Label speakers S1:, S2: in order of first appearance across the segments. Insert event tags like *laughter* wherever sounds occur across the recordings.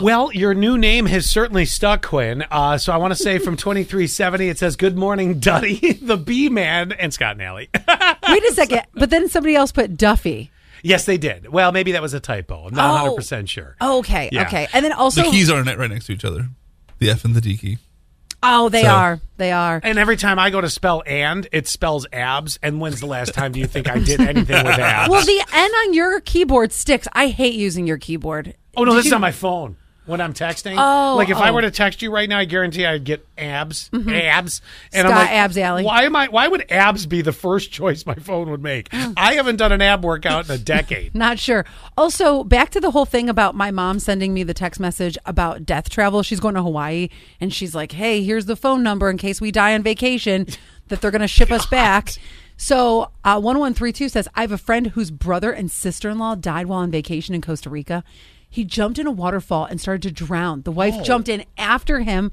S1: Well, your new name has certainly stuck, Quinn. Uh, so I want to say
S2: *laughs*
S1: from 2370, it says, Good morning, Duddy, *laughs* the B Man, and Scott Nally. *laughs*
S2: *laughs* Wait a second. But then somebody else put Duffy.
S1: yes, they did. Well, maybe that was a typo. I'm not
S2: Oh.
S1: 100% sure.
S2: Oh, okay.
S1: Yeah.
S2: Okay. And then also,
S3: the keys are ne- right next to each other. The F and the D key.
S2: oh, they
S3: So-
S2: are. They are.
S1: And every time I go to spell and, it spells abs. And when's the last time do you think I did anything with abs?
S2: *laughs* Well, the N on your keyboard sticks. I hate using your keyboard.
S1: oh, no,
S2: Did
S1: this is
S2: you-
S1: on my phone. When I'm texting,
S2: Oh,
S1: like if I
S2: oh. Mm-hmm.
S1: were to text you right now, I guarantee I'd get abs, abs, and I'm
S2: Scott
S1: like,
S2: Abs Alley.
S1: Why am I? Why would abs be the first choice my phone would make?
S2: Mm.
S1: I haven't done an ab workout
S2: *laughs*
S1: in a decade.
S2: Not sure. Also, back to the whole thing about my mom sending me the text message about death travel. She's going to Hawaii and she's like, hey, here's the phone number in case we die on vacation that they're going to ship us back. So, uh, 1132 says, I have a friend whose brother and sister in law died while on vacation in Costa Rica. He jumped in a waterfall and started to drown. The wife jumped in after him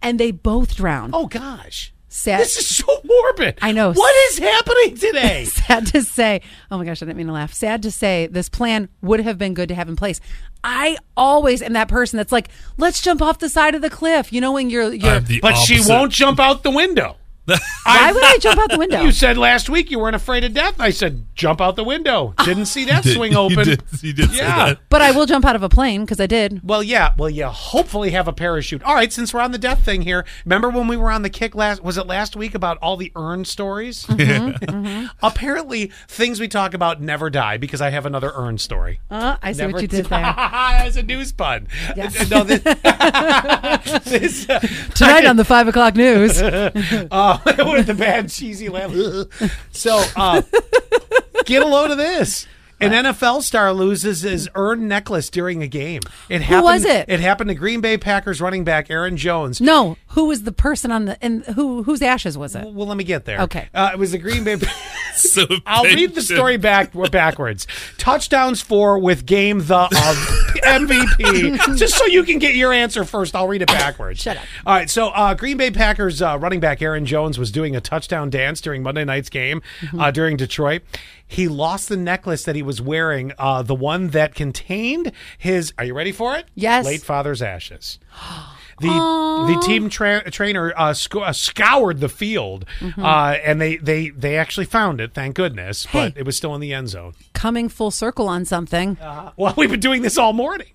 S2: and they both drowned.
S1: Oh gosh.
S2: Sad.
S1: This is so morbid.
S2: I know.
S1: What is happening
S2: *laughs*
S1: today?
S2: sad to say, oh my gosh, I didn't mean to laugh. Sad to say, this plan would have been good to have in place. I always am that person that's like, let's jump off the side of the cliff. You know, when you're, you're
S3: I'm the
S1: but she
S3: opposite.
S1: won't jump out the window.
S2: why would I jump out the window?
S1: *laughs* You said last week you weren't afraid of death. I said jump out the window. Didn't see that
S3: Did-
S1: *laughs* swing
S3: *laughs* you
S1: open.
S3: did- you did say
S1: Yeah.
S3: that.
S2: But I will jump out of a plane because I did.
S1: Well, yeah. Well, yeah. Hopefully, have a parachute. All right. Since we're on the death thing here, remember when we were on the kick last? Was it last week about all the urn stories?
S3: Mm-hmm.
S1: *laughs* Apparently, things we talk about never die because I have another urn story.
S2: Uh, I see what
S1: *laughs*
S2: you did there.
S1: As a news pun. *laughs*
S2: Yes.
S1: No, this, this, uh,
S2: Tonight on the five o'clock news.
S1: uh, *laughs* with the bad cheesy laugh. *laughs* so uh, get a load of this. An NFL star loses his urn necklace during a game. It happened,
S2: was it?
S1: It happened to Green Bay Packers running back Aaron Jones.
S2: No, who was the person on the and who whose ashes was it?
S1: Well, let me get there.
S2: Okay.
S1: uh, it was the Green Bay. *laughs*
S3: So
S1: I'll read the story back backwards. Touchdowns for with game the of *laughs* MVP. Just so you can get your answer first, I'll read it backwards. Shut up. All right, so uh, Green Bay Packers uh, running back Aaron Jones was doing a touchdown dance during Monday night's game uh, during Detroit. He lost the necklace that he was wearing, uh, the one that contained his. Are you ready for it?
S2: Yes.
S1: Late father's ashes. The the team tra- trainer uh, sco- uh, scoured the field, uh, and they, they they actually found it. Thank goodness, but
S2: Hey.
S1: it was still in the end zone. Uh,
S2: Coming full circle on something.
S1: Well, *laughs* we've been doing this all morning.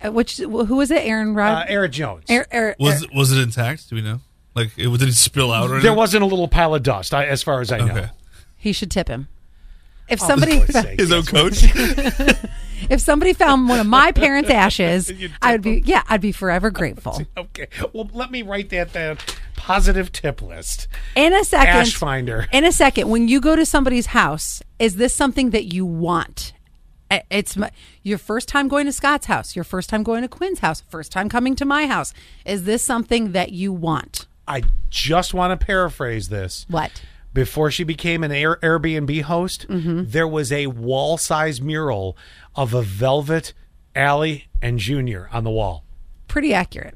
S2: Uh, Which who was it? Aaron
S1: Uh,
S2: Rod.
S1: Eric Jones.
S2: Air- Air-
S3: Was was it intact? Do we know? Like, it, did it spill out or anything?
S1: there wasn't a little pile of dust, I, as far as I know.
S3: Okay.
S2: he should tip him. If somebody
S1: For
S2: *laughs*
S1: sake.
S3: His own coach.
S2: If somebody found one of my parents'
S1: *laughs*
S2: ashes, I would be yeah, I'd be forever grateful.
S1: okay. Well, let me write that down. Positive tip list.
S2: In a second,
S1: Ash finder.
S2: In a second, when you go to somebody's house, is this something that you want? I- It's my, your first time going to Scott's house, your first time going to Quinn's house, first time coming to my house. Is this something that you want?
S1: I just want to paraphrase this.
S2: What?
S1: Before she became an Air- Airbnb host, there was a wall size mural of a velvet Alley and Junior on the wall.
S2: Pretty accurate.